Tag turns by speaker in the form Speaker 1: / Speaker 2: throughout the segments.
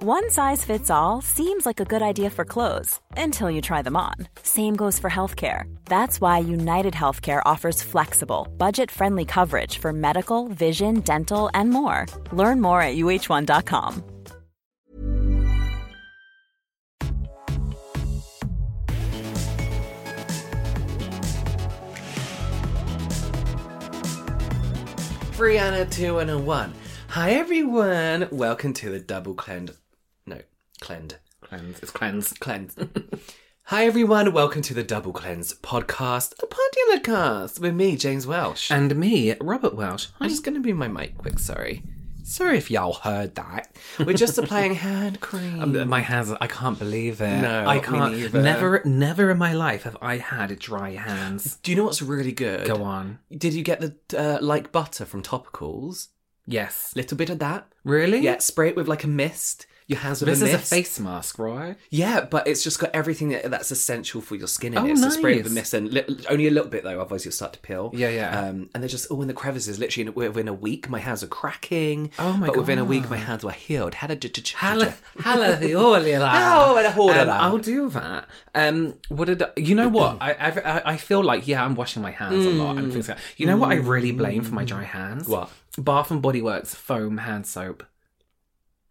Speaker 1: One size fits all seems like a good idea for clothes until you try them on. Same goes for healthcare. That's why United Healthcare offers flexible, budget friendly coverage for medical, vision, dental, and more. Learn more at uh1.com.
Speaker 2: Brianna two and a one. Hi everyone. Welcome to the double cleanse. No, cleanse.
Speaker 3: Cleanse. It's cleanse.
Speaker 2: Cleanse. Hi everyone. Welcome to the double cleanse podcast, the party on the cast with me, James Welsh.
Speaker 3: And me, Robert Welsh.
Speaker 2: I'm just gonna be my mic quick. Sorry. Sorry if y'all heard that. We're just applying hand cream.
Speaker 3: Um, my hands. I can't believe it.
Speaker 2: No,
Speaker 3: I
Speaker 2: me
Speaker 3: can't.
Speaker 2: neither.
Speaker 3: Never, never in my life have I had dry hands.
Speaker 2: Do you know what's really good?
Speaker 3: Go on.
Speaker 2: Did you get the uh, like butter from Topicals?
Speaker 3: Yes.
Speaker 2: Little bit of that.
Speaker 3: Really?
Speaker 2: Yeah, spray it with like a mist. Your hands with
Speaker 3: This
Speaker 2: a
Speaker 3: is
Speaker 2: mist.
Speaker 3: a face mask, right?
Speaker 2: Yeah, but it's just got everything that, that's essential for your skin in
Speaker 3: Oh,
Speaker 2: it. It's a spray with a
Speaker 3: nice.
Speaker 2: mist and li- only a little bit though, otherwise you'll start to peel.
Speaker 3: Yeah, yeah.
Speaker 2: Um, and they're just all in the crevices. Literally in- within a week, my hands are cracking.
Speaker 3: Oh, my
Speaker 2: But within a week,
Speaker 3: God.
Speaker 2: my hands were healed. Hella, j- j- j-
Speaker 3: Halla,
Speaker 2: j-
Speaker 3: halla the oily la.
Speaker 2: Oh, and a whore of
Speaker 3: Um,
Speaker 2: that.
Speaker 3: I'll do that. Um, what did I- you know? What I, I I- I feel like yeah, I'm washing my hands a lot and things like. You know what I really blame for my dry hands?
Speaker 2: Mm. What?
Speaker 3: Bath and Body Works foam hand soap.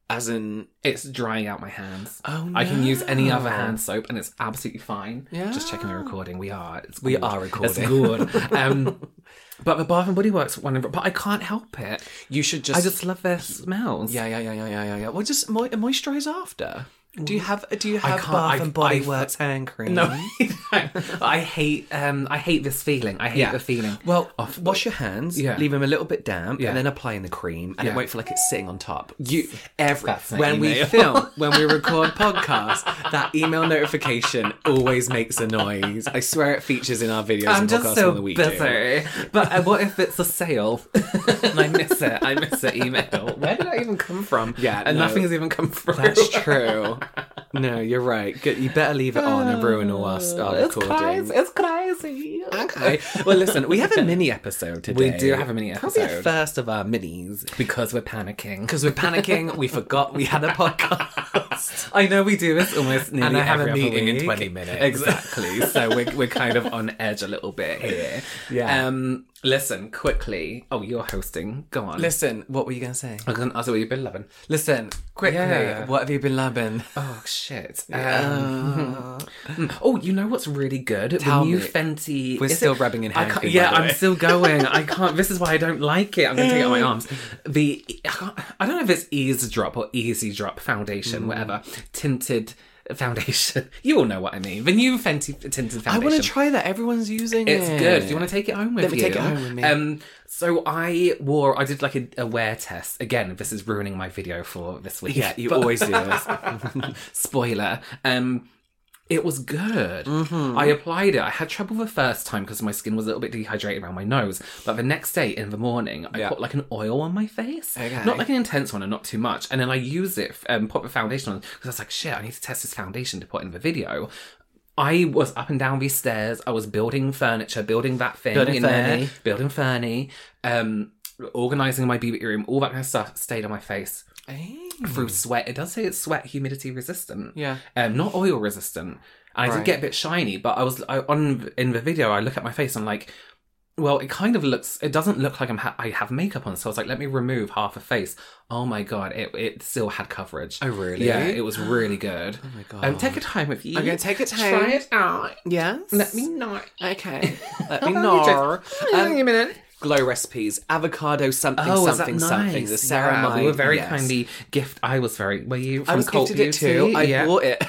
Speaker 2: As in,
Speaker 3: It's drying out my hands.
Speaker 2: Oh,
Speaker 3: I can use any
Speaker 2: no.
Speaker 3: other hand soap, and it's absolutely fine.
Speaker 2: Yeah.
Speaker 3: Just checking we're recording. We are. It's
Speaker 2: We
Speaker 3: good.
Speaker 2: are recording.
Speaker 3: It's good. um, but the Bath and Body Works one, but I can't help it.
Speaker 2: you should just.
Speaker 3: I just love their smells.
Speaker 2: Yeah, yeah, yeah, yeah, yeah, yeah, yeah. Well, just mo- moisturize after. Do you have? Do you
Speaker 3: I
Speaker 2: have
Speaker 3: can't-
Speaker 2: Bath
Speaker 3: I-
Speaker 2: and Body
Speaker 3: I-
Speaker 2: Works hand cream?
Speaker 3: No, I hate. Um, I hate this feeling. I hate the feeling.
Speaker 2: Mm-hmm. Well,
Speaker 3: of-
Speaker 2: wash your hands,
Speaker 3: Yeah.
Speaker 2: leave them a little bit damp,
Speaker 3: Yeah.
Speaker 2: and then applying the cream, and
Speaker 3: Yeah.
Speaker 2: then wait for like it's sitting on top. You every
Speaker 3: That's an
Speaker 2: when we
Speaker 3: email.
Speaker 2: film, when we record podcasts, that email notification always makes a noise. I swear it features in our videos
Speaker 3: I'm
Speaker 2: and
Speaker 3: just
Speaker 2: podcasts
Speaker 3: so
Speaker 2: on the week.
Speaker 3: busy. But uh, what if it's a sale? and I miss it. I miss the email. Where did that even come from?
Speaker 2: Yeah,
Speaker 3: and
Speaker 2: no.
Speaker 3: nothing's even come from.
Speaker 2: That's true. No, you're right. Good. You better leave it on and ruin all our, our
Speaker 3: Uh, It's
Speaker 2: recording.
Speaker 3: crazy. It's crazy.
Speaker 2: Okay. Well, listen, we have a mini episode today.
Speaker 3: We do have a mini
Speaker 2: Probably a
Speaker 3: episode.
Speaker 2: first of our minis.
Speaker 3: Because we're panicking.
Speaker 2: Because we're panicking, we forgot we had a podcast.
Speaker 3: I know we do this almost nearly
Speaker 2: And I have
Speaker 3: every
Speaker 2: a
Speaker 3: other
Speaker 2: meeting in
Speaker 3: week.
Speaker 2: 20 minutes.
Speaker 3: Exactly. so we're, we're kind of on edge a little bit here.
Speaker 2: Yeah.
Speaker 3: Um. Listen, quickly. Oh, you're hosting. Go on.
Speaker 2: Listen, what were you going to say?
Speaker 3: I was gonna ask what you've been loving.
Speaker 2: Listen, quickly,
Speaker 3: Yeah.
Speaker 2: what have you been loving?
Speaker 3: Oh shit. Um, mm. oh, you know what's really good?
Speaker 2: Tell
Speaker 3: the new
Speaker 2: me.
Speaker 3: Fenty.
Speaker 2: We're
Speaker 3: is
Speaker 2: still
Speaker 3: it-
Speaker 2: rubbing in
Speaker 3: I
Speaker 2: hand
Speaker 3: can't-
Speaker 2: cream, by
Speaker 3: Yeah,
Speaker 2: the way. Mm.
Speaker 3: I'm still going. I can't. This is why I don't like it. I'm gonna take it out my arms. The I, can't, I don't know if it's eavesdrop or easy drop
Speaker 2: Mm.
Speaker 3: foundation, whatever tinted foundation. You all know what I mean. The new Fenty tinted foundation.
Speaker 2: I want to try that. Everyone's using it.
Speaker 3: It's good. Do you want to take it home with
Speaker 2: Let me
Speaker 3: you?
Speaker 2: take it home with me.
Speaker 3: Um, so I wore, I did like a, a wear test. Again, this is ruining my video for this week.
Speaker 2: Yeah, you
Speaker 3: But-
Speaker 2: always do this.
Speaker 3: Spoiler. Um, it was good.
Speaker 2: Mm-hmm.
Speaker 3: I applied it. I had trouble the first time because my skin was a little bit dehydrated around my nose. But the next day in the morning, I
Speaker 2: Yeah.
Speaker 3: put like an oil on my face.
Speaker 2: Okay.
Speaker 3: Not like an intense one and not too much. And then I use it, um, put the foundation on because I was like, shit, I need to test this foundation to put in the video. I was up and down these stairs. I was building furniture, building that thing
Speaker 2: Building
Speaker 3: in
Speaker 2: Fernie.
Speaker 3: there, building Fernie, um, organizing my beauty room, all that kind of stuff stayed on my face through sweat. It does say it's sweat humidity resistant.
Speaker 2: Mm. Yeah.
Speaker 3: Um, not oil resistant. And I
Speaker 2: Right.
Speaker 3: did get a bit shiny, but I was I, on in the video. I look at my face. I'm like, well, it kind of looks. It doesn't look like I'm. Ha- I have makeup on. So I was like, let me remove half a face. Oh my god, it it still had coverage.
Speaker 2: Oh, really?
Speaker 3: Yeah, it was really good. oh
Speaker 2: my God.
Speaker 3: Um, take it home with you.
Speaker 2: I'm gonna take it home.
Speaker 3: Try it out.
Speaker 2: Yes.
Speaker 3: Let me know.
Speaker 2: Okay. Let
Speaker 3: How
Speaker 2: me
Speaker 3: about you,
Speaker 2: know.
Speaker 3: Jess? Oh, give me a minute.
Speaker 2: glow recipes, avocado something,
Speaker 3: Oh, is that
Speaker 2: something,
Speaker 3: nice?
Speaker 2: something. The Sarah
Speaker 3: yeah,
Speaker 2: Mai-
Speaker 3: we were very
Speaker 2: yes.
Speaker 3: kindly gift. I was very. Were you? From
Speaker 2: I was
Speaker 3: Cult
Speaker 2: gifted it
Speaker 3: Beauty?
Speaker 2: too. I
Speaker 3: yeah.
Speaker 2: bought it.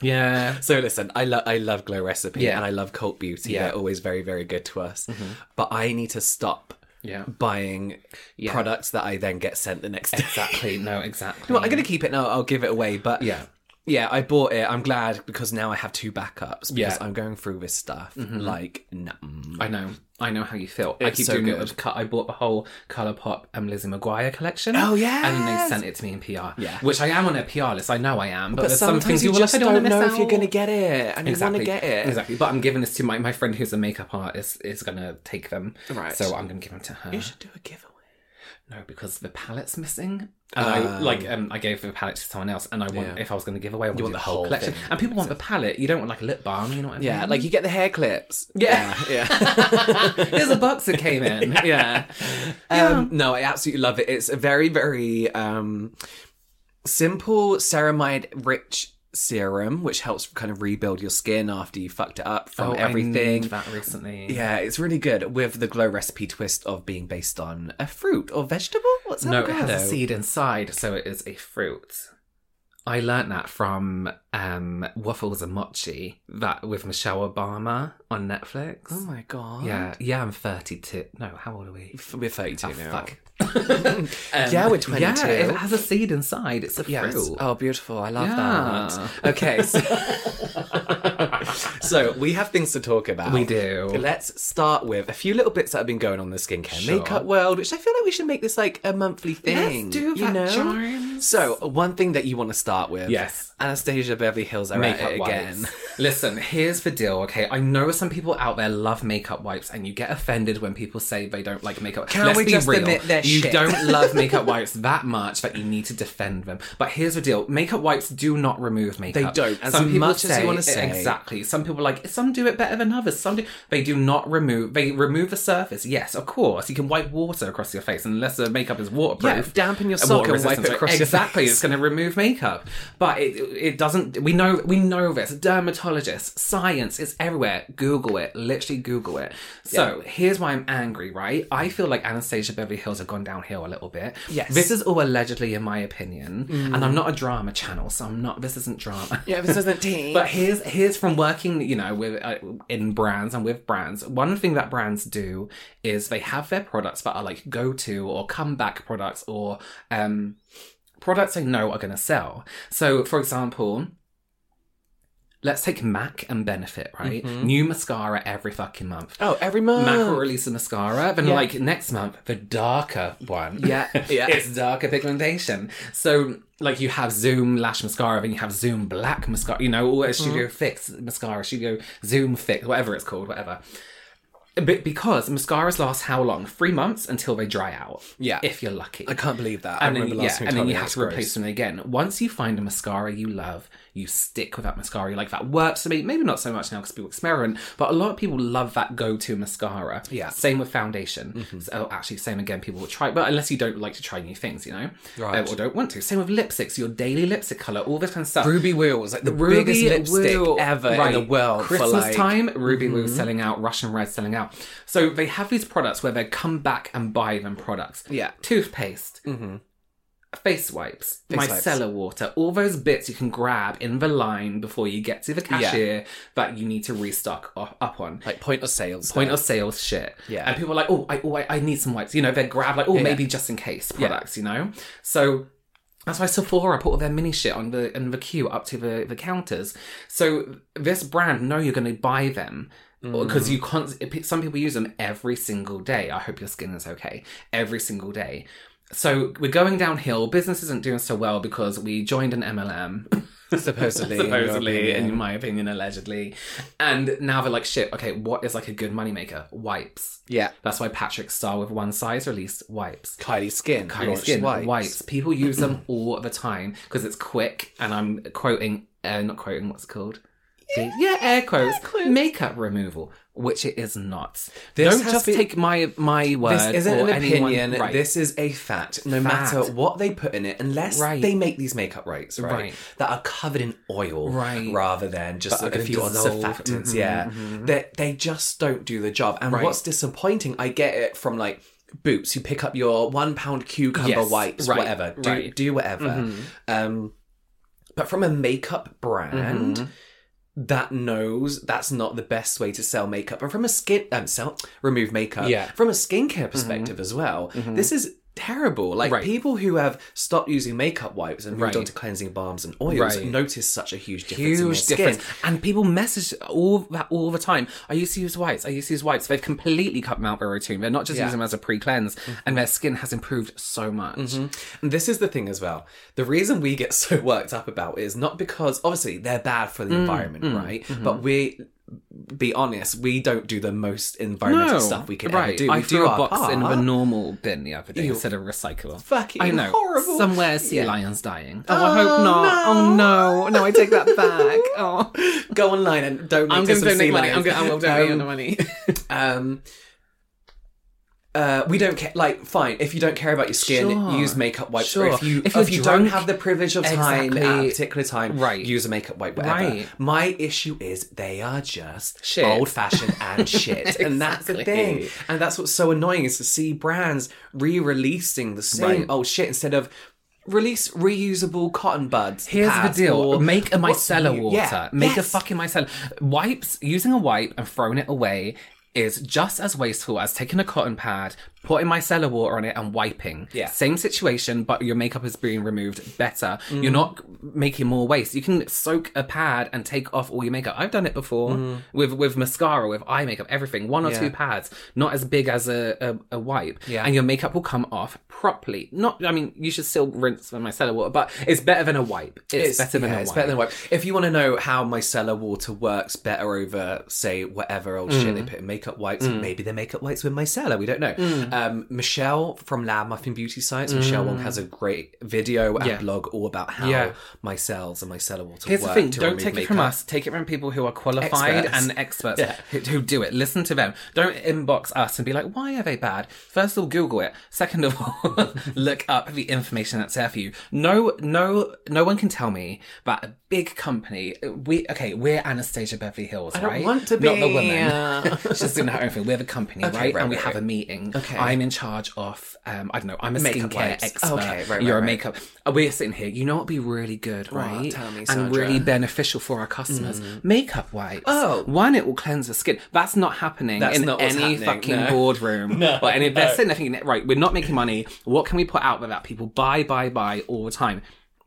Speaker 3: Yeah.
Speaker 2: So listen, I love I love Glow Recipe
Speaker 3: Yeah.
Speaker 2: and I love Cult Beauty.
Speaker 3: Yeah. Mm-hmm.
Speaker 2: They're always very very good to us. But I need to stop
Speaker 3: Yeah.
Speaker 2: buying
Speaker 3: Yeah.
Speaker 2: products that I then get sent the next day.
Speaker 3: Exactly. No, exactly.
Speaker 2: Well, I'm gonna keep it now. I'll give it away. But
Speaker 3: Yeah.
Speaker 2: yeah, I bought it. I'm glad because now I have two backups because
Speaker 3: Yeah. Mm-hmm.
Speaker 2: I'm going through this stuff like numb.
Speaker 3: I know. I know how you feel. I
Speaker 2: It's
Speaker 3: keep
Speaker 2: so
Speaker 3: doing it
Speaker 2: good.
Speaker 3: with cut. I bought the whole Colourpop um, Lizzie McGuire collection.
Speaker 2: Oh,
Speaker 3: and then they
Speaker 2: yes!
Speaker 3: sent it to me in PR.
Speaker 2: Yeah.
Speaker 3: which I am on a PR list. I know I am, but,
Speaker 2: But
Speaker 3: there's some
Speaker 2: sometimes
Speaker 3: things
Speaker 2: you
Speaker 3: you will
Speaker 2: just
Speaker 3: I don't,
Speaker 2: don't
Speaker 3: wanna
Speaker 2: know
Speaker 3: miss
Speaker 2: if you're
Speaker 3: out.
Speaker 2: going to get it, and
Speaker 3: Exactly.
Speaker 2: you want to get it.
Speaker 3: Exactly. But I'm giving this to my, my friend who's a makeup artist is gonna take them.
Speaker 2: Right.
Speaker 3: So I'm gonna give them to her.
Speaker 2: You should do a giveaway.
Speaker 3: No, because the palette's missing. And I like um, I gave the palette to someone else, and I want
Speaker 2: Oh. Yeah.
Speaker 3: if I was going to give away, I want,
Speaker 2: want
Speaker 3: the
Speaker 2: the
Speaker 3: whole
Speaker 2: whole
Speaker 3: collection.
Speaker 2: thing.
Speaker 3: And people want the palette. You don't want like a lip balm. You know what I
Speaker 2: Yeah,
Speaker 3: mean?
Speaker 2: like you get the hair clips.
Speaker 3: Yeah.
Speaker 2: yeah.
Speaker 3: Here's a box that came in. yeah.
Speaker 2: Um, no, I absolutely love it. It's a very, very um, simple ceramide rich serum, which helps kind of rebuild your skin after you fucked it up from
Speaker 3: Oh, I
Speaker 2: everything.
Speaker 3: need that recently.
Speaker 2: Yeah, it's really good with the glow recipe twist of being based on a fruit or vegetable. What's
Speaker 3: No, it
Speaker 2: avocado?
Speaker 3: has a seed inside, so it is a fruit. I learnt that from um, Waffles and Mochi, that with Michelle Obama on Netflix.
Speaker 2: Oh my god.
Speaker 3: yeah, yeah, I'm 32. No, how old are we?
Speaker 2: F- We're 32
Speaker 3: Oh,
Speaker 2: now.
Speaker 3: fuck. Um,
Speaker 2: yeah, we're 22.
Speaker 3: Yeah, it has a seed inside. It's a
Speaker 2: Yes.
Speaker 3: fruit.
Speaker 2: Oh, beautiful. I love
Speaker 3: Yeah.
Speaker 2: that. Okay. So, so we have things to talk about.
Speaker 3: We do.
Speaker 2: Let's start with a few little bits that have been going on in the skincare
Speaker 3: Sure.
Speaker 2: makeup world, which I feel like we should make this like a monthly thing.
Speaker 3: do
Speaker 2: you
Speaker 3: that,
Speaker 2: know?
Speaker 3: James.
Speaker 2: So, one thing that you want to start with.
Speaker 3: Yes.
Speaker 2: Anastasia Beverly Hills are at
Speaker 3: makeup
Speaker 2: it again.
Speaker 3: wipes. Listen, here's the deal, okay? I know some people out there love makeup wipes, and you get offended when people say they don't like makeup.
Speaker 2: Can
Speaker 3: Let's
Speaker 2: we
Speaker 3: be
Speaker 2: just
Speaker 3: real.
Speaker 2: admit they're
Speaker 3: you
Speaker 2: shit?
Speaker 3: don't love makeup wipes that much that you need to defend them. But here's the deal: makeup wipes do not remove makeup.
Speaker 2: don't. As
Speaker 3: people
Speaker 2: much as you wanna say.
Speaker 3: exactly. Some people like some do it better than others. Some do. They do not remove. They remove the surface. Yes, of course. You can wipe water across your face unless the makeup is waterproof.
Speaker 2: Yeah, dampen your sock
Speaker 3: water
Speaker 2: and wipe it
Speaker 3: resistant,
Speaker 2: across your
Speaker 3: Exactly.
Speaker 2: face.
Speaker 3: It's going to remove makeup, but it it doesn't. We know we know this. Dermatologists, science, it's everywhere. Google it. Literally Google it. So here's why I'm angry. Right, I feel like Anastasia Beverly Hills have gone downhill a little bit.
Speaker 2: Yes. Mm.
Speaker 3: this is all allegedly in my opinion, and I'm not a drama channel, so I'm not. This isn't drama.
Speaker 2: yeah, this isn't tea.
Speaker 3: But here's here's from working, you know, with uh, in brands and with brands. One thing that brands do is they have their products that are like go to or comeback products or um, products they know are going to sell. So, for example. Let's take MAC and Benefit, right? New mascara every fucking month.
Speaker 2: Mm-hmm. oh, every month.
Speaker 3: MAC will release a mascara, then
Speaker 2: Yeah.
Speaker 3: like next month, the darker one.
Speaker 2: Yeah, yeah.
Speaker 3: it's darker pigmentation. So like you have Zoom Lash Mascara, then you have Zoom Black Mascara, you know, or a
Speaker 2: Mm-hmm.
Speaker 3: Studio Fix Mascara, Studio Zoom Fix, whatever it's called, whatever. But because mascaras last how long? Three months until they dry out.
Speaker 2: Yeah.
Speaker 3: If you're lucky.
Speaker 2: I can't believe that. I
Speaker 3: And then,
Speaker 2: remember
Speaker 3: yeah,
Speaker 2: last time
Speaker 3: and then
Speaker 2: told me
Speaker 3: you have
Speaker 2: that's
Speaker 3: to replace
Speaker 2: gross.
Speaker 3: them again. Once you find a mascara you love, you stick with that mascara. You like that works for me. Maybe not so much now because people experiment, but a lot of people love that go-to mascara.
Speaker 2: Yeah. Mm-hmm.
Speaker 3: Same with foundation. So actually, same again. People will try, but unless you don't like to try new things, you know,
Speaker 2: Right.
Speaker 3: Uh, or don't want to. Same with lipsticks. Your daily lipstick color, all this kind of stuff.
Speaker 2: Ruby Woo was like the
Speaker 3: Ruby
Speaker 2: biggest lipstick
Speaker 3: Woo-
Speaker 2: ever in
Speaker 3: right.
Speaker 2: the world
Speaker 3: Christmas
Speaker 2: for like Mm-hmm.
Speaker 3: time, Ruby Woo selling out, Russian Red selling out. So they have these products where they come back and buy them products.
Speaker 2: Yeah. Mm-hmm.
Speaker 3: Toothpaste. Face wipes,
Speaker 2: wipes.
Speaker 3: micellar water, all those bits you can grab in the line before you get to the cashier that you need to restock o- up on.
Speaker 2: like point of sales.
Speaker 3: Point of sale shit.
Speaker 2: Yeah.
Speaker 3: And people are like, oh, I, oh, I, I need some wipes. You know, they grab like, oh,
Speaker 2: yeah.
Speaker 3: maybe just in case products, you know? So that's why Sephora put all their mini shit on the in the queue up to the, the counters. So this brand know you're going to buy them
Speaker 2: Mm.
Speaker 3: because you can't. Some people use them every single day. I hope your skin is okay every single day. So we're going downhill. Business isn't doing so well because we joined an MLM
Speaker 2: supposedly. in your
Speaker 3: supposedly,
Speaker 2: opinion.
Speaker 3: in my opinion, allegedly. And now they're like, shit, okay, what is like a good moneymaker? Wipes.
Speaker 2: yeah,
Speaker 3: That's why Patrick Star with One Size released Wipes.
Speaker 2: Kylie Skin.
Speaker 3: Kylie
Speaker 2: launched
Speaker 3: Skin, wipes.
Speaker 2: wipes.
Speaker 3: People use them all the time because it's quick, and I'm quoting, uh, not quoting, what's it called? Yeah, air quotes. Makeup removal, which it is not.
Speaker 2: This
Speaker 3: Don't
Speaker 2: has
Speaker 3: just
Speaker 2: been-
Speaker 3: take my my word.
Speaker 2: This isn't an
Speaker 3: or anyone-
Speaker 2: opinion.
Speaker 3: Right.
Speaker 2: This is a fact. No
Speaker 3: Fact.
Speaker 2: matter what they put in it, unless
Speaker 3: Right.
Speaker 2: they make these makeup rights, right,
Speaker 3: Right.
Speaker 2: that are covered in oil,
Speaker 3: Right.
Speaker 2: rather than just
Speaker 3: But are
Speaker 2: like a
Speaker 3: gonna
Speaker 2: few other
Speaker 3: dissolve.
Speaker 2: surfactants.
Speaker 3: Mhm,
Speaker 2: yeah, that they just don't do the job. And
Speaker 3: Right.
Speaker 2: what's disappointing, I get it from like. Boots, you pick up your one pound cucumber
Speaker 3: Yes,
Speaker 2: wipes,
Speaker 3: right,
Speaker 2: whatever. Do,
Speaker 3: right. Mm-hmm.
Speaker 2: do whatever. Um, but from a makeup brand,
Speaker 3: Mm-hmm.
Speaker 2: that knows that's not the best way to sell makeup. And from a skin, um, sell, remove makeup.
Speaker 3: Yeah.
Speaker 2: From a skincare perspective as well, this is terrible. Like
Speaker 3: Mm-hmm. Right.
Speaker 2: people who have stopped using makeup wipes and moved
Speaker 3: Right.
Speaker 2: on to cleansing balms and oils
Speaker 3: Right.
Speaker 2: notice such a huge difference. in their
Speaker 3: Huge
Speaker 2: skin.
Speaker 3: difference, and people message all that all the time. I used to use whites. I used to use whites. They've completely cut them out very routine. They're not just
Speaker 2: Yeah. Mm-hmm.
Speaker 3: using them as a pre-cleanse, and their skin has improved so much.
Speaker 2: And this is the thing as well. The reason we get so worked up about it is not because obviously they're bad for
Speaker 3: Mm,
Speaker 2: the environment, right?
Speaker 3: mm-hmm.
Speaker 2: But we be honest, we don't do the most environmental stuff we can
Speaker 3: right.
Speaker 2: ever do. We
Speaker 3: I
Speaker 2: do
Speaker 3: threw a
Speaker 2: our
Speaker 3: box in the
Speaker 2: part.
Speaker 3: normal bin the other day instead of recyclable.
Speaker 2: Fucking
Speaker 3: I know.
Speaker 2: horrible.
Speaker 3: Somewhere sea lions dying. Oh, I hope not. Oh no, no, I take that back. Oh,
Speaker 2: Go online and donate
Speaker 3: I'm
Speaker 2: to
Speaker 3: going
Speaker 2: some
Speaker 3: to donate
Speaker 2: sea
Speaker 3: money. I'm
Speaker 2: lions.
Speaker 3: going to
Speaker 2: Um,
Speaker 3: donate the money.
Speaker 2: um uh, we don't care. Like, fine, if you don't care about your skin,
Speaker 3: Sure.
Speaker 2: use makeup wipes. Or
Speaker 3: Sure.
Speaker 2: if you
Speaker 3: If
Speaker 2: if,
Speaker 3: you're
Speaker 2: you don't
Speaker 3: drunk-
Speaker 2: have the privilege of time at a
Speaker 3: Exactly.
Speaker 2: particular time,
Speaker 3: Right.
Speaker 2: use a makeup wipe. Whatever.
Speaker 3: Right.
Speaker 2: My issue is they are just
Speaker 3: Shit.
Speaker 2: old fashioned and shit, and that's the
Speaker 3: Exactly.
Speaker 2: thing. And that's what's so annoying is to see brands re-releasing the same
Speaker 3: Right.
Speaker 2: old shit instead of. Release reusable cotton buds.
Speaker 3: Here's
Speaker 2: pads,
Speaker 3: the deal:
Speaker 2: or-
Speaker 3: make a
Speaker 2: what's
Speaker 3: micellar
Speaker 2: new-
Speaker 3: water.
Speaker 2: Yeah.
Speaker 3: Make a
Speaker 2: Yes.
Speaker 3: fucking micellar. Wipes using a wipe and throwing it away is just as wasteful as taking a cotton pad, putting micellar water on it, and wiping.
Speaker 2: Yeah.
Speaker 3: Same situation, but your makeup is being removed better.
Speaker 2: Mm.
Speaker 3: You're not making more waste. You can soak a pad and take off all your makeup. I've done it before with with mascara, with eye makeup, everything. One or
Speaker 2: Mm. Yeah.
Speaker 3: two pads, not as big as a a, a wipe.
Speaker 2: Yeah.
Speaker 3: And your makeup will come off properly. Not, I mean, you should still rinse with micellar water, but it's better than a wipe. It's, better than
Speaker 2: yeah,
Speaker 3: a
Speaker 2: it's
Speaker 3: wipe.
Speaker 2: better than a wipe. If you want to know how micellar water works better over, say, whatever old shit
Speaker 3: Mm.
Speaker 2: they put in makeup wipes, maybe they're makeup wipes with micellar. We don't know.
Speaker 3: Mm.
Speaker 2: Um, Michelle from Lab Muffin Beauty Science, Michelle Wong has a great video and
Speaker 3: Mm. Yeah.
Speaker 2: blog all about how
Speaker 3: Yeah.
Speaker 2: micelles and micellar water
Speaker 3: Here's
Speaker 2: work.
Speaker 3: the thing:
Speaker 2: to
Speaker 3: don't
Speaker 2: remove
Speaker 3: take it from
Speaker 2: makeup.
Speaker 3: us. Take it from people who are qualified
Speaker 2: Experts.
Speaker 3: and experts
Speaker 2: Yeah.
Speaker 3: who, who do it. Listen to them. Don't inbox us and be like, "Why are they bad?" First of all, Google it. Second of all, look up the information that's there for you. No, no, no one can tell me that a big company. We okay. We're Anastasia Beverly Hills,
Speaker 2: don't
Speaker 3: right?
Speaker 2: want to
Speaker 3: Not the
Speaker 2: be.
Speaker 3: woman. She's doing her own thing. We're the company,
Speaker 2: Okay,
Speaker 3: right?
Speaker 2: right,
Speaker 3: And we
Speaker 2: right,
Speaker 3: have a
Speaker 2: right.
Speaker 3: meeting.
Speaker 2: Okay.
Speaker 3: I'm in charge of. Um, I don't know. I'm a
Speaker 2: Makeup
Speaker 3: skincare
Speaker 2: wipes.
Speaker 3: expert.
Speaker 2: Okay, right, right,
Speaker 3: You're a
Speaker 2: right.
Speaker 3: makeup. Uh, We're sitting here. You know what'd be really good, right?
Speaker 2: tell me,
Speaker 3: and
Speaker 2: Sandra. Mm.
Speaker 3: really beneficial for our customers. Makeup wipes.
Speaker 2: Oh.
Speaker 3: One, it will cleanse the skin. That's not happening
Speaker 2: That's
Speaker 3: in
Speaker 2: not what's
Speaker 3: any
Speaker 2: happening,
Speaker 3: fucking
Speaker 2: no.
Speaker 3: boardroom. no. Or any, they're sitting there thinking, right, we're not making money. What can we put out with that? People buy, buy, buy all the time.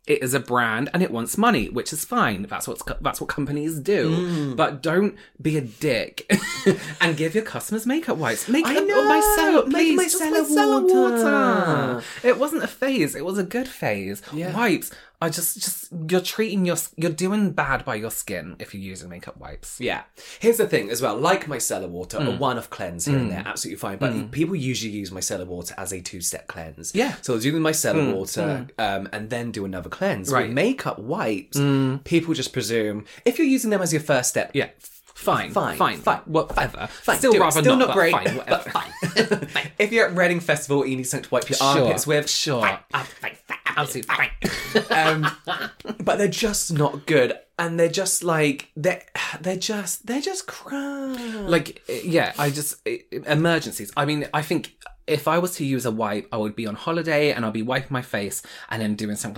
Speaker 3: It is a brand and it wants money, which is fine. That's what's co- that's what companies do.
Speaker 2: Mm.
Speaker 3: But don't be a dick and give your customers makeup wipes. Make
Speaker 2: I
Speaker 3: them- oh,
Speaker 2: know.
Speaker 3: micellar,
Speaker 2: Make
Speaker 3: please. just
Speaker 2: micellar
Speaker 3: micellar
Speaker 2: water.
Speaker 3: it wasn't a phase. It was a good phase. Wipes are just just you're treating your you're doing bad by your skin if you're using makeup wipes.
Speaker 2: Yeah. Here's the thing as well. Like micellar water,
Speaker 3: Mm.
Speaker 2: a one-off cleanse here and there, absolutely fine. But people usually use micellar water as a two-step cleanse.
Speaker 3: Yeah. Mm.
Speaker 2: So do the micellar water Um, and then do another cleanse.
Speaker 3: Right. Mm.
Speaker 2: With makeup wipes, people just presume if you're using them as your first step.
Speaker 3: Yeah. Fine,
Speaker 2: Fine,
Speaker 3: fine, fine,
Speaker 2: fine,
Speaker 3: whatever.
Speaker 2: Fine,
Speaker 3: still
Speaker 2: do it.
Speaker 3: rather
Speaker 2: Still not
Speaker 3: not, but
Speaker 2: great,
Speaker 3: Fine,
Speaker 2: but
Speaker 3: whatever.
Speaker 2: fine. if you're at Reading Festival and you need something to wipe your
Speaker 3: Sure,
Speaker 2: armpits with,
Speaker 3: sure. Uh, fine, fine, Absolutely fine.
Speaker 2: um, but they're just not good, and they're just like they're they're just they're just crap.
Speaker 3: like uh, yeah i just uh, emergencies i mean i think if i was to use a wipe i would be on holiday and i'll be wiping my face and then doing something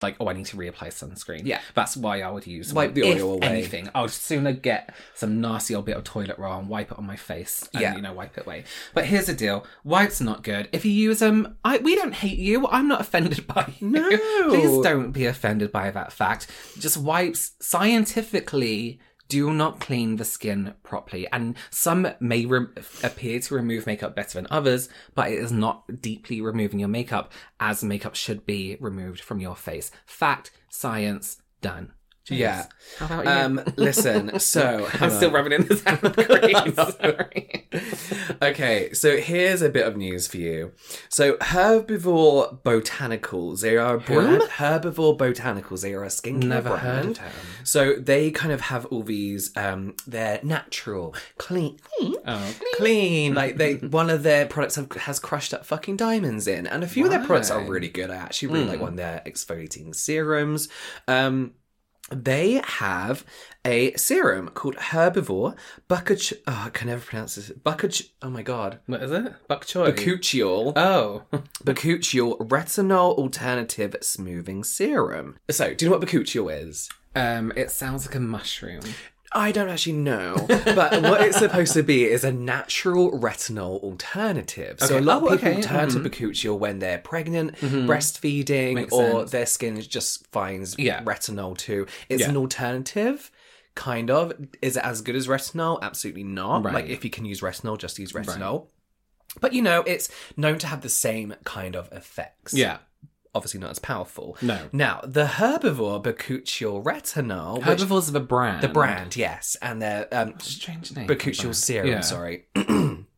Speaker 3: like, oh, I need to reapply sunscreen.
Speaker 2: Yeah.
Speaker 3: That's why I would use
Speaker 2: Wipe
Speaker 3: one.
Speaker 2: the oil
Speaker 3: If
Speaker 2: away.
Speaker 3: Anything. I would sooner get some nasty old bit of toilet roll and wipe it on my face and,
Speaker 2: Yeah.
Speaker 3: you know, wipe it away. But here's the deal wipes not good. If you use them, I, we don't hate you. I'm not offended by you.
Speaker 2: No.
Speaker 3: Please don't be offended by that fact. Just wipes scientifically. Do not clean the skin properly, and some may re- appear to remove makeup better than others, but it is not deeply removing your makeup as makeup should be removed from your face. Fact, science, done. Jeez.
Speaker 2: Yeah.
Speaker 3: How about you?
Speaker 2: Um, listen, so
Speaker 3: I'm
Speaker 2: hang
Speaker 3: still
Speaker 2: on.
Speaker 3: rubbing in this hand cream. I'm sorry.
Speaker 2: Okay, so here's a bit of news for you. So Herbivore Botanicals, they are a brand. Herbivore Botanicals, they are a skincare
Speaker 3: Never
Speaker 2: brand.
Speaker 3: heard of them.
Speaker 2: So they kind of have all these. Um, they're natural, clean, clean,
Speaker 3: Oh.
Speaker 2: clean. Like they, one of their products have, has crushed up fucking diamonds in, and a few of their products are really good. I actually really
Speaker 3: Hmm.
Speaker 2: like one of their exfoliating serums. Um, they have a serum called Herbivore Buckach. Oh, I can never pronounce this. Buckach. Oh my god.
Speaker 3: What is it? Bok choy.
Speaker 2: Bacuchiol.
Speaker 3: oh.
Speaker 2: Bacuchiol Uh, Retinol Alternative Smoothing Serum. So, do you know what Bacuchiol is?
Speaker 3: Um, it sounds like a mushroom.
Speaker 2: I don't actually know, but what it's supposed to be is a natural retinol alternative. So a
Speaker 3: Okay.
Speaker 2: lot
Speaker 3: Oh,
Speaker 2: of people
Speaker 3: okay. Mm-hmm.
Speaker 2: turn to Bacuchiol when they're pregnant, breastfeeding,
Speaker 3: Makes
Speaker 2: or
Speaker 3: sense.
Speaker 2: their skin just finds
Speaker 3: Yeah.
Speaker 2: retinol too. It's
Speaker 3: Yeah.
Speaker 2: an alternative. Kind of. Is it as good as retinol? Absolutely not.
Speaker 3: Right.
Speaker 2: Like, if you can use retinol, just use retinol. But you know, it's known to have the same kind of effects
Speaker 3: Yeah.
Speaker 2: obviously not as powerful.
Speaker 3: No.
Speaker 2: Now, the herbivore Bacuchiol retinol, which-
Speaker 3: Herbivores of a brand.
Speaker 2: the brand, yes, and their um,
Speaker 3: Strange name.
Speaker 2: Bacuchiol serum,
Speaker 3: uh, Yeah.
Speaker 2: sorry.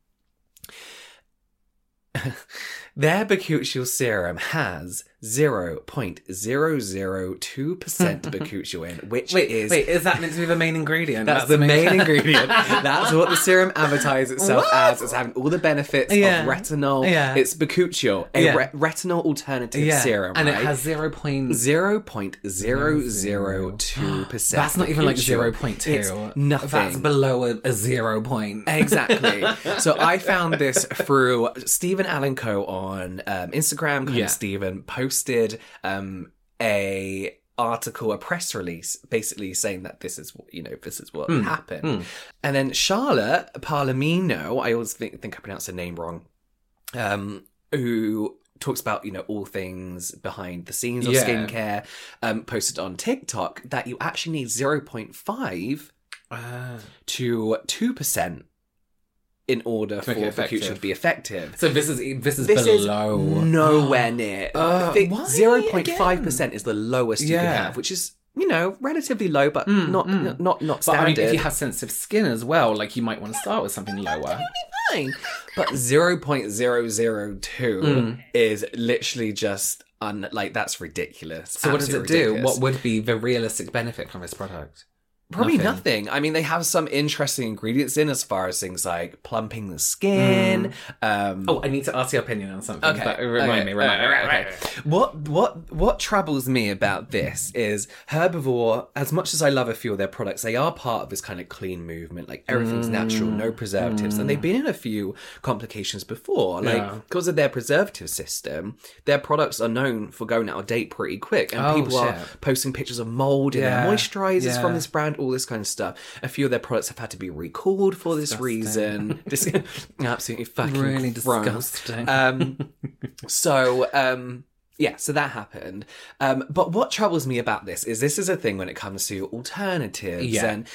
Speaker 2: Their Bacuchiol serum has 0.002% Bacuchiol in, which
Speaker 3: Wait,
Speaker 2: is...
Speaker 3: wait, is that meant to be the main ingredient?
Speaker 2: That's, the main ingredient. That's what the serum advertises itself
Speaker 3: What?
Speaker 2: as. It's having all the benefits
Speaker 3: Yeah.
Speaker 2: of retinol.
Speaker 3: Yeah.
Speaker 2: It's Bacuchiol, a
Speaker 3: Yeah.
Speaker 2: re- retinol alternative
Speaker 3: yeah.
Speaker 2: serum.
Speaker 3: and
Speaker 2: right?
Speaker 3: it has zero point.
Speaker 2: Zero point zero zero two percent.
Speaker 3: That's not even like zero point two.
Speaker 2: nothing.
Speaker 3: That's below a, a zero point.
Speaker 2: Exactly. so I found this through Stephen Allen Co on um, Instagram. Kind
Speaker 3: Yeah.
Speaker 2: of Stephen posted um, a article, a press release, basically saying that this is what you know, this is what
Speaker 3: Hmm.
Speaker 2: happened. And then Charlotte Palomino, I always think, think I pronounced her name wrong. Um, who talks about you know all things behind the scenes of
Speaker 3: Yeah.
Speaker 2: skincare um posted on tiktok that you actually need 0.5
Speaker 3: Ah.
Speaker 2: to two percent in order for
Speaker 3: make it
Speaker 2: the future
Speaker 3: effective.
Speaker 2: to be effective.
Speaker 3: so this is this is
Speaker 2: this
Speaker 3: below.
Speaker 2: is nowhere near.
Speaker 3: Uh, why
Speaker 2: Zero point five percent is the lowest you can
Speaker 3: Yeah. Mm,
Speaker 2: have, which is you know relatively low, but not, not not
Speaker 3: But I
Speaker 2: standard.
Speaker 3: mean, if you have sensitive skin as well, like you might want to start with something lower.
Speaker 2: fine. But zero point zero zero two
Speaker 3: Mm.
Speaker 2: is literally just un- like that's ridiculous.
Speaker 3: So what does it
Speaker 2: Absolutely
Speaker 3: do?
Speaker 2: ridiculous.
Speaker 3: What would be the realistic benefit from this product?
Speaker 2: Probably
Speaker 3: Nothing.
Speaker 2: nothing. I mean, they have some interesting ingredients in as far as things like plumping the skin. Um,
Speaker 3: Oh, I need to ask your opinion on something.
Speaker 2: Okay.
Speaker 3: but remind
Speaker 2: okay,
Speaker 3: me. Remind
Speaker 2: okay,
Speaker 3: me. Right, right,
Speaker 2: okay. What what what troubles me about this is herbivore. As much as I love a few of their products, they are part of this kind of clean movement. Like everything's natural, no
Speaker 3: Mm.
Speaker 2: preservatives, and they've been in a few complications before. Like
Speaker 3: Yeah.
Speaker 2: because of their preservative system, their products are known for going out of date pretty quick, and
Speaker 3: Oh,
Speaker 2: people are
Speaker 3: shit.
Speaker 2: posting pictures of mold in
Speaker 3: Yeah,
Speaker 2: their moisturizers
Speaker 3: yeah.
Speaker 2: from this brand, all this kind of stuff. A few of their products have had to be recalled for this reason. This absolutely fucking
Speaker 3: Really
Speaker 2: gross.
Speaker 3: disgusting.
Speaker 2: Um, so um yeah so that happened um but what troubles me about this is this is a thing when it comes to alternatives
Speaker 3: Yeah. Mm-hmm. Mm.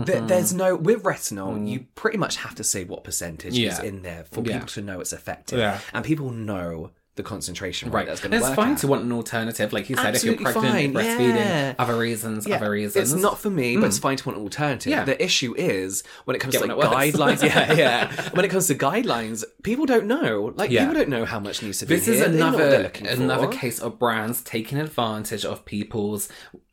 Speaker 2: and th- there's no with retinol you pretty much have to say what percentage is
Speaker 3: Yeah.
Speaker 2: in there for
Speaker 3: Yeah.
Speaker 2: people to know it's effective
Speaker 3: Yeah.
Speaker 2: and people know the concentration rate
Speaker 3: Right,
Speaker 2: that's going
Speaker 3: it's
Speaker 2: work
Speaker 3: fine
Speaker 2: at.
Speaker 3: to want an alternative, like you said,
Speaker 2: Absolutely
Speaker 3: if you're
Speaker 2: fine,
Speaker 3: pregnant, breastfeeding,
Speaker 2: yeah.
Speaker 3: other reasons, other reasons. Mm.
Speaker 2: It's not for me, but it's fine to want an alternative.
Speaker 3: Yeah.
Speaker 2: The issue is when it comes
Speaker 3: Get
Speaker 2: to
Speaker 3: one
Speaker 2: like
Speaker 3: that works.
Speaker 2: guidelines. yeah, yeah. When it comes to guidelines, people don't know. Like
Speaker 3: Yeah.
Speaker 2: people don't know how much needs to be.
Speaker 3: This is
Speaker 2: here. They know what they're
Speaker 3: another
Speaker 2: looking for.
Speaker 3: another case of brands taking advantage of people's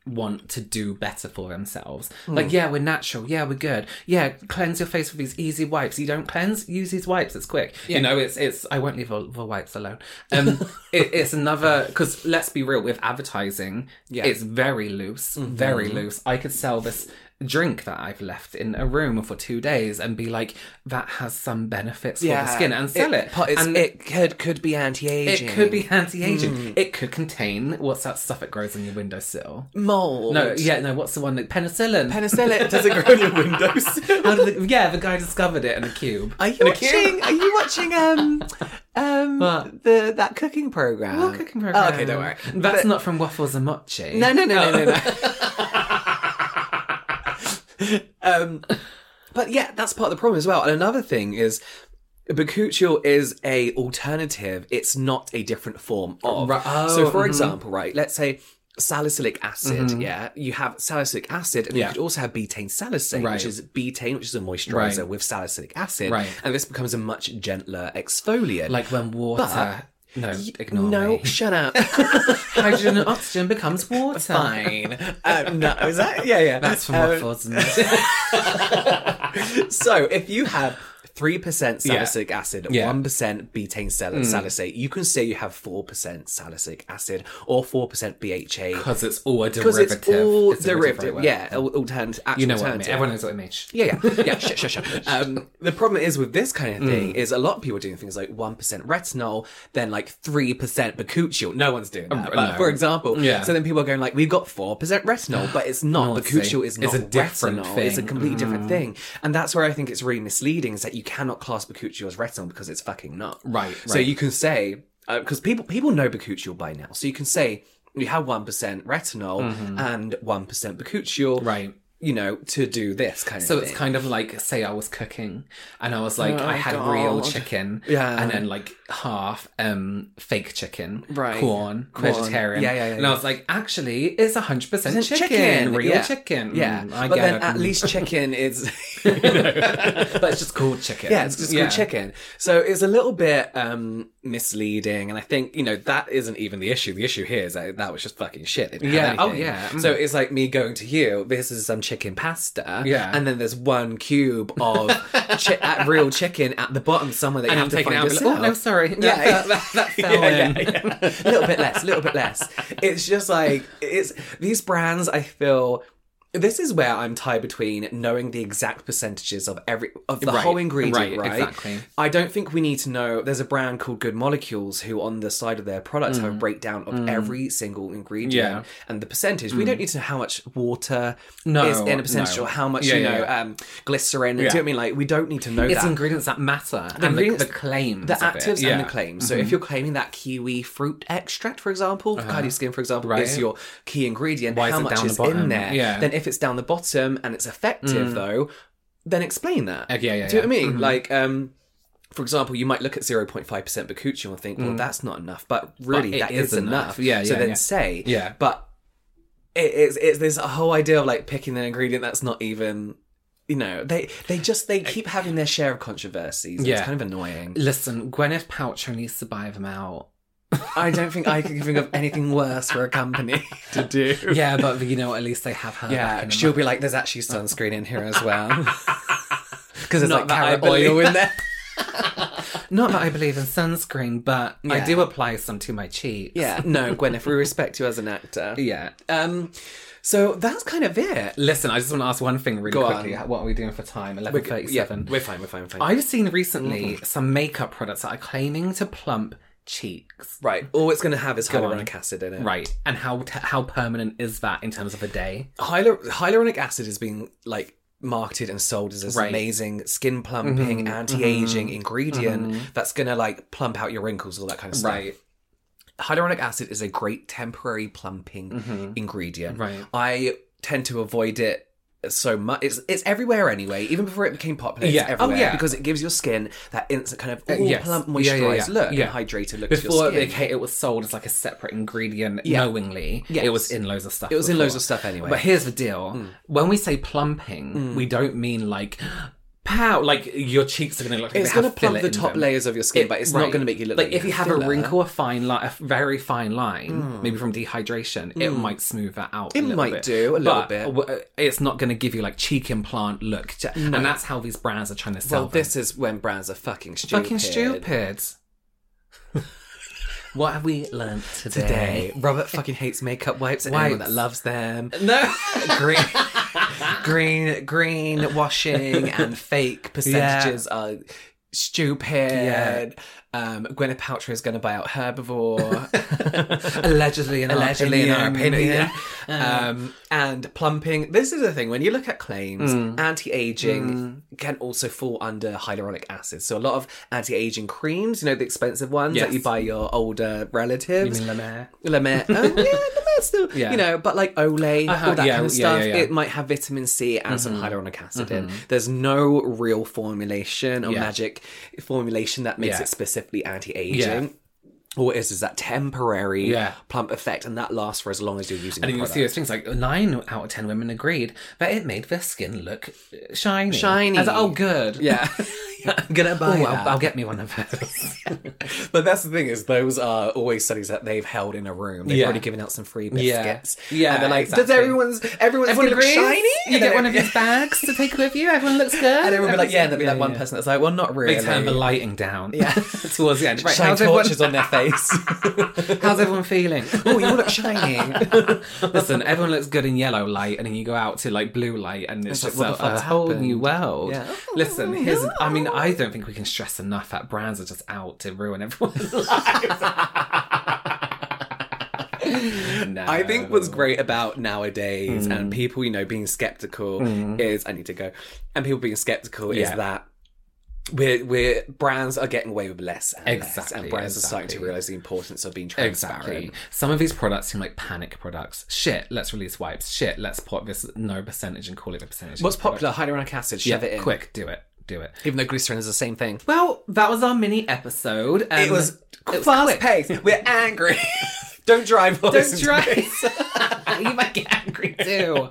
Speaker 3: want to do better for themselves.
Speaker 2: Hmm.
Speaker 3: Like, yeah, we're natural. Yeah, we're good. Yeah, cleanse your face with these easy wipes. You don't cleanse, use these wipes. It's quick. You know, it's it's. I won't leave all the wipes alone. Um, it, it's another because let's be real with advertising. Yeah, it's very loose,
Speaker 2: Mm-hmm.
Speaker 3: very loose. I could sell this drink that I've left in a room for two days and be like, that has some benefits for the skin and sell it.
Speaker 2: But it's,
Speaker 3: and
Speaker 2: it could could be anti-aging. Hmm.
Speaker 3: it could be anti-aging. It could contain what's that stuff that grows on your windowsill?
Speaker 2: mold.
Speaker 3: No, yeah, no. What's the one? That, penicillin.
Speaker 2: Penicillin doesn't grow on your windows.
Speaker 3: How did the- yeah, the guy discovered it in a cube.
Speaker 2: Are you
Speaker 3: in a cube.
Speaker 2: watching? Are you watching? Um, um,
Speaker 3: What?
Speaker 2: the that cooking program. Oh,
Speaker 3: What cooking program?
Speaker 2: okay, don't worry.
Speaker 3: That's
Speaker 2: But-
Speaker 3: not from waffles and mochi.
Speaker 2: No, no, no, no, no, no. um, but yeah, that's part of the problem as well. And another thing is. Bakuchiol is a alternative. It's not a different form of.
Speaker 3: Right. Oh,
Speaker 2: so, for
Speaker 3: mhm.
Speaker 2: example, right, let's say salicylic acid. Yeah, you have salicylic acid, and
Speaker 3: Mm-hmm. Yeah.
Speaker 2: you could also have betaine salicate,
Speaker 3: Right.
Speaker 2: which is betaine, which is a moisturizer
Speaker 3: Right.
Speaker 2: with salicylic acid.
Speaker 3: Right.
Speaker 2: And this becomes a much gentler exfoliant.
Speaker 3: Like when water.
Speaker 2: But-
Speaker 3: no,
Speaker 2: Y-
Speaker 3: ignore
Speaker 2: no,
Speaker 3: me.
Speaker 2: shut up.
Speaker 3: Hydrogen and oxygen becomes water.
Speaker 2: Fine. Um, no, is that? Yeah, yeah.
Speaker 3: That's from
Speaker 2: Um,
Speaker 3: waffles. And...
Speaker 2: So if you have 3% salicylic acid,
Speaker 3: Yeah. Hmm.
Speaker 2: 1% betaine sal- salicate, you can say you have 4% salicylic acid or 4% BHA.
Speaker 3: Because it's all a derivative.
Speaker 2: Because it's all
Speaker 3: a
Speaker 2: derivative.
Speaker 3: word.
Speaker 2: yeah, al- alternat- actual
Speaker 3: You know what I mean.
Speaker 2: alternative.
Speaker 3: Everyone knows what I mean.
Speaker 2: Yeah, yeah, yeah. Sure, sure, sure. Um, the problem is with this
Speaker 3: Hmm.
Speaker 2: kind of thing is a lot of people are doing things like one percent retinol, then like three percent bakuchiol. No one's doing that.
Speaker 3: Um,
Speaker 2: but
Speaker 3: no.
Speaker 2: for example,
Speaker 3: Yeah.
Speaker 2: So then people are going like, we've got four percent retinol, but it's not.
Speaker 3: Naughty.
Speaker 2: bakuchiol is not
Speaker 3: It's a different
Speaker 2: retinol. It's a
Speaker 3: thing. Hmm.
Speaker 2: completely different thing, and that's where I think it's really misleading is that you cannot class bakuchiol as retinol because it's fucking not.
Speaker 3: Right,
Speaker 2: So
Speaker 3: right.
Speaker 2: you can say because people people know bakuchiol by now, so you can say. You have one percent retinol and one percent bakuchiol,
Speaker 3: Mm-hmm. Right.
Speaker 2: You know, to do this kind of
Speaker 3: So
Speaker 2: thing.
Speaker 3: it's kind of like, say, I was cooking and I was like, I had real chicken,
Speaker 2: Oh Yeah.
Speaker 3: and then like half um fake chicken,
Speaker 2: Right.
Speaker 3: Corn,
Speaker 2: Corn.
Speaker 3: vegetarian,
Speaker 2: Yeah, yeah, yeah,
Speaker 3: And
Speaker 2: yeah.
Speaker 3: I was like, actually, it's hundred percent chicken, real
Speaker 2: yeah.
Speaker 3: chicken.
Speaker 2: Yeah,
Speaker 3: Mm, I
Speaker 2: but
Speaker 3: get
Speaker 2: then
Speaker 3: it.
Speaker 2: at least chicken is.
Speaker 3: but it's just called chicken.
Speaker 2: yeah, it's just called chicken. So it's a little bit um, misleading, and I think you know that isn't even the issue. The issue here is that that was just fucking shit. It didn't have
Speaker 3: Yeah. Oh,
Speaker 2: anything.
Speaker 3: yeah. Mm.
Speaker 2: So it's like me going to you. This is some chicken pasta.
Speaker 3: Yeah.
Speaker 2: and then there's one cube of chi- at real chicken at the bottom somewhere that
Speaker 3: And
Speaker 2: you
Speaker 3: I'm
Speaker 2: have to
Speaker 3: taking
Speaker 2: find
Speaker 3: out. and be Like,
Speaker 2: yourself.
Speaker 3: oh no, sorry. No,
Speaker 2: Yeah,
Speaker 3: that, that, that fell in.
Speaker 2: a little bit less, a little bit less. It's just like it's these brands. I feel this is where I'm tied between knowing the exact percentages of every of the
Speaker 3: Right,
Speaker 2: whole ingredient. Right,
Speaker 3: right, exactly.
Speaker 2: I don't think we need to know. There's a brand called Good Molecules who, on the side of their products, have a breakdown of every single ingredient
Speaker 3: Mm, Yeah. Mm.
Speaker 2: and the percentage. We don't need to know how much water
Speaker 3: No,
Speaker 2: is in a percentage
Speaker 3: no.
Speaker 2: or how much
Speaker 3: Yeah,
Speaker 2: you
Speaker 3: yeah,
Speaker 2: know
Speaker 3: yeah.
Speaker 2: um, glycerin. Do you know what I mean? Like we don't need to know
Speaker 3: It's
Speaker 2: that
Speaker 3: ingredients that matter and the,
Speaker 2: ingredients-
Speaker 3: the claims,
Speaker 2: the
Speaker 3: of it.
Speaker 2: actives
Speaker 3: Yeah. Mm-hmm.
Speaker 2: and the claims. So if you're claiming that kiwi fruit extract, for example, uh skin, for example, is
Speaker 3: Uh-huh. Right.
Speaker 2: your key ingredient,
Speaker 3: Why is
Speaker 2: how
Speaker 3: it
Speaker 2: much
Speaker 3: down the
Speaker 2: is in
Speaker 3: bottom?
Speaker 2: there?
Speaker 3: Yeah.
Speaker 2: Then if it's down the bottom and it's effective though, then explain that.
Speaker 3: Okay, Uh, yeah, yeah,
Speaker 2: Do you know what I
Speaker 3: yeah. Mm-hmm.
Speaker 2: mean? Like, um, for example, you might look at 0.5% bakuchiol and think, well, that's not enough, but really
Speaker 3: Mm. But it
Speaker 2: that
Speaker 3: is
Speaker 2: is enough.
Speaker 3: enough. Yeah,
Speaker 2: So
Speaker 3: yeah,
Speaker 2: then
Speaker 3: yeah.
Speaker 2: say,
Speaker 3: Yeah.
Speaker 2: but it, it's, it's this whole idea of like picking an ingredient that's not even, you know, they, they just, they keep having their share of controversies. It's
Speaker 3: Yeah.
Speaker 2: kind of annoying.
Speaker 3: Listen, Gwyneth Paltrow needs to buy them out.
Speaker 2: I don't think I can think of anything worse for a company to do.
Speaker 3: Yeah, but you know, at least they have her. back
Speaker 2: Yeah,
Speaker 3: in a
Speaker 2: she'll be like, there's actually sunscreen in here as well. Because there's like
Speaker 3: Not that I
Speaker 2: carrot
Speaker 3: believe.
Speaker 2: oil in there.
Speaker 3: Not that I believe in sunscreen, but I
Speaker 2: Yeah.
Speaker 3: do apply some to my cheeks.
Speaker 2: Yeah, no, Gwyneth, we respect you as an actor.
Speaker 3: Yeah.
Speaker 2: Um, so that's kind of it.
Speaker 3: Listen, I just want to ask one thing really
Speaker 2: Go
Speaker 3: quickly.
Speaker 2: on.
Speaker 3: What are we doing for time? Eleven thirty-seven.
Speaker 2: we're fine, Mm-hmm. we're fine, we're fine.
Speaker 3: I've seen recently some makeup products that are claiming to plump cheeks.
Speaker 2: right, all it's going to have is
Speaker 3: on.
Speaker 2: hyaluronic acid in it.
Speaker 3: Right. And how t- how permanent is that in terms of a day?
Speaker 2: Hyalur- hyaluronic acid has been like marketed and sold as this
Speaker 3: Right. Mm-hmm,
Speaker 2: amazing skin plumping, anti-aging ingredient that's going to like plump out your wrinkles, all that kind of stuff.
Speaker 3: Right.
Speaker 2: hyaluronic acid is a great temporary plumping ingredient.
Speaker 3: Right.
Speaker 2: I tend to avoid it so much. It's it's everywhere anyway. Even before it became popular, it's
Speaker 3: Yeah. Oh,
Speaker 2: everywhere
Speaker 3: yeah.
Speaker 2: because it gives your skin that instant kind of
Speaker 3: Uh,
Speaker 2: all
Speaker 3: yes.
Speaker 2: plump,
Speaker 3: Yeah,
Speaker 2: moisturized
Speaker 3: yeah, yeah.
Speaker 2: look,
Speaker 3: Yeah.
Speaker 2: and hydrated look. to
Speaker 3: Before
Speaker 2: your skin.
Speaker 3: it, ca- it was sold as like a separate ingredient
Speaker 2: Yeah.
Speaker 3: knowingly.
Speaker 2: Yes.
Speaker 3: It was in loads of stuff.
Speaker 2: It was in loads
Speaker 3: before.
Speaker 2: of stuff anyway. Hmm.
Speaker 3: But here's the deal. When we say plumping, we don't mean like pow, like your cheeks are going to look like
Speaker 2: It's
Speaker 3: they have
Speaker 2: gonna plump
Speaker 3: fillet
Speaker 2: the
Speaker 3: in
Speaker 2: top
Speaker 3: them.
Speaker 2: layers of your skin, but it's not
Speaker 3: right.
Speaker 2: gonna make you look
Speaker 3: like,
Speaker 2: like you
Speaker 3: if you
Speaker 2: have
Speaker 3: have
Speaker 2: filler. Hmm.
Speaker 3: a wrinkle, a fine line, a very fine line, maybe from dehydration, it might smooth that out.
Speaker 2: It
Speaker 3: a little
Speaker 2: might
Speaker 3: bit.
Speaker 2: do, a little
Speaker 3: But
Speaker 2: bit.
Speaker 3: w- uh, It's not going to give you like cheek implant look, j- and that's how these brands are trying to sell
Speaker 2: Well,
Speaker 3: them.
Speaker 2: this is when brands are fucking stupid.
Speaker 3: fucking stupid. what have we learnt today?
Speaker 2: Today, Robert fucking hates makeup wipes and anyone
Speaker 3: Wipes.
Speaker 2: that loves them.
Speaker 3: No.
Speaker 2: green, green, green washing and fake percentages are stupid.
Speaker 3: Yeah.
Speaker 2: Um, Gwyneth Paltrow is going to buy out Herbivore, allegedly, in allegedly,
Speaker 3: Allegedly, in
Speaker 2: in
Speaker 3: our
Speaker 2: our opinion.
Speaker 3: opinion.
Speaker 2: Um, and plumping. This is the thing when you look at claims,
Speaker 3: Mm.
Speaker 2: anti-aging can also fall under hyaluronic acid. So a lot of anti-aging creams, you know, the expensive ones
Speaker 3: Yes.
Speaker 2: that you buy your older relatives,
Speaker 3: You mean La Mer?
Speaker 2: La Mer. Oh, yeah, La Mer's still,
Speaker 3: Yeah.
Speaker 2: you know, but like Olay,
Speaker 3: Uh-huh,
Speaker 2: all that
Speaker 3: yeah,
Speaker 2: kind of
Speaker 3: yeah, yeah,
Speaker 2: stuff.
Speaker 3: yeah.
Speaker 2: It might have vitamin C and some
Speaker 3: Mm-hmm.
Speaker 2: hyaluronic acid in. There's no real formulation or
Speaker 3: Yeah.
Speaker 2: magic formulation that makes
Speaker 3: Yeah.
Speaker 2: it specifically anti
Speaker 3: Yeah.
Speaker 2: aging. All it is is that temporary
Speaker 3: Yeah.
Speaker 2: plump effect, and that lasts for as long as you're using
Speaker 3: And
Speaker 2: the
Speaker 3: you
Speaker 2: product.
Speaker 3: see those things like nine out of ten women agreed that it made their skin look shiny.
Speaker 2: Shiny.
Speaker 3: I was like, oh, good.
Speaker 2: Yeah. I'm gonna
Speaker 3: Oh,
Speaker 2: buy that.
Speaker 3: I'll, I'll get me one of those.
Speaker 2: But that's the thing is those are always studies that they've held in a room. They've
Speaker 3: Yeah.
Speaker 2: already given out some free
Speaker 3: Yeah.
Speaker 2: biscuits.
Speaker 3: Yeah,
Speaker 2: And they're like,
Speaker 3: exactly.
Speaker 2: does everyone's everyone's skin look shiny?
Speaker 3: You
Speaker 2: And
Speaker 3: get one
Speaker 2: they-
Speaker 3: of these bags to take with you. Everyone looks good.
Speaker 2: And everyone would be like, yeah, and there'd be that one
Speaker 3: yeah.
Speaker 2: person that's like, well, not really.
Speaker 3: They turn the lighting down.
Speaker 2: Yeah.
Speaker 3: towards the end. Right,
Speaker 2: Shine
Speaker 3: how's
Speaker 2: torches
Speaker 3: everyone,
Speaker 2: on their face.
Speaker 3: how's everyone feeling?
Speaker 2: oh, you all look shining.
Speaker 3: Listen, everyone looks good in yellow light, and then you go out to like blue light, and it's,
Speaker 2: It's
Speaker 3: just
Speaker 2: like, what
Speaker 3: a,
Speaker 2: the
Speaker 3: a
Speaker 2: fuck's
Speaker 3: whole
Speaker 2: happened?
Speaker 3: new world.
Speaker 2: Oh, Yeah.
Speaker 3: Listen, here's, I mean, I don't think we can stress enough that brands are just out to ruin everyone's lives. no.
Speaker 2: I think what's great about nowadays and people, you know, being skeptical is I need to go. And people being skeptical
Speaker 3: Yeah.
Speaker 2: is that we're, we're brands are getting away with less and less,
Speaker 3: Exactly,
Speaker 2: and brands are starting
Speaker 3: exactly.
Speaker 2: to realize the importance of being transparent.
Speaker 3: Exactly. Some of these products seem like panic products. Shit, let's release wipes. Shit, let's put this no percentage and call it a percentage.
Speaker 2: What's popular? Hyaluronic acid.
Speaker 3: Yeah,
Speaker 2: Shove it in
Speaker 3: quick, do it, do it.
Speaker 2: Even though glycerin is the same thing.
Speaker 3: Well, that was our mini episode. Um,
Speaker 2: it was
Speaker 3: it was
Speaker 2: fast
Speaker 3: quick.
Speaker 2: paced. We're angry. Don't drive. while
Speaker 3: Don't
Speaker 2: listening to
Speaker 3: try.
Speaker 2: this.
Speaker 3: you might get angry too.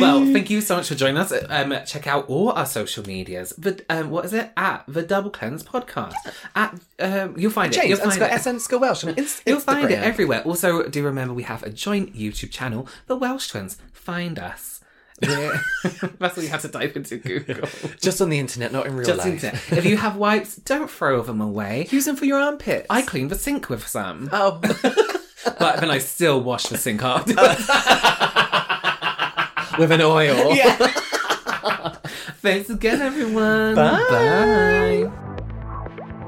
Speaker 3: Well, thank you so much for joining us. Um, check out all our social medias. But um, what is it at the Double Cleanse Podcast? At um, you'll find it.
Speaker 2: James
Speaker 3: You'll
Speaker 2: underscore
Speaker 3: find
Speaker 2: S
Speaker 3: it.
Speaker 2: underscore Welsh on Inst-
Speaker 3: You'll find it
Speaker 2: Instagram.
Speaker 3: everywhere. Also, do remember we have a joint YouTube channel, the Welsh Twins. Find us. We're- That's all you have to type into Google.
Speaker 2: Just on the internet, not in real
Speaker 3: Just
Speaker 2: life.
Speaker 3: into it. If you have wipes, don't throw them away.
Speaker 2: Use them for your armpits.
Speaker 3: I cleaned the sink with some,
Speaker 2: oh.
Speaker 3: but then I still wash the sink after.
Speaker 2: with an oil.
Speaker 3: Thanks again, everyone.
Speaker 2: Bye.
Speaker 3: Bye.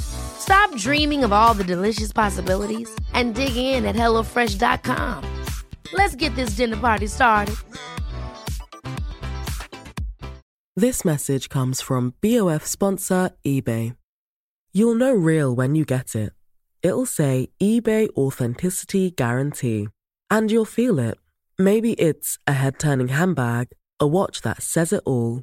Speaker 4: Stop dreaming of all the delicious possibilities and dig in at HelloFresh.com. Let's get this dinner party started.
Speaker 5: This message comes from BOF sponsor eBay. You'll know real when you get it. It'll say eBay Authenticity Guarantee. And you'll feel it. Maybe it's a head turning handbag, a watch that says it all,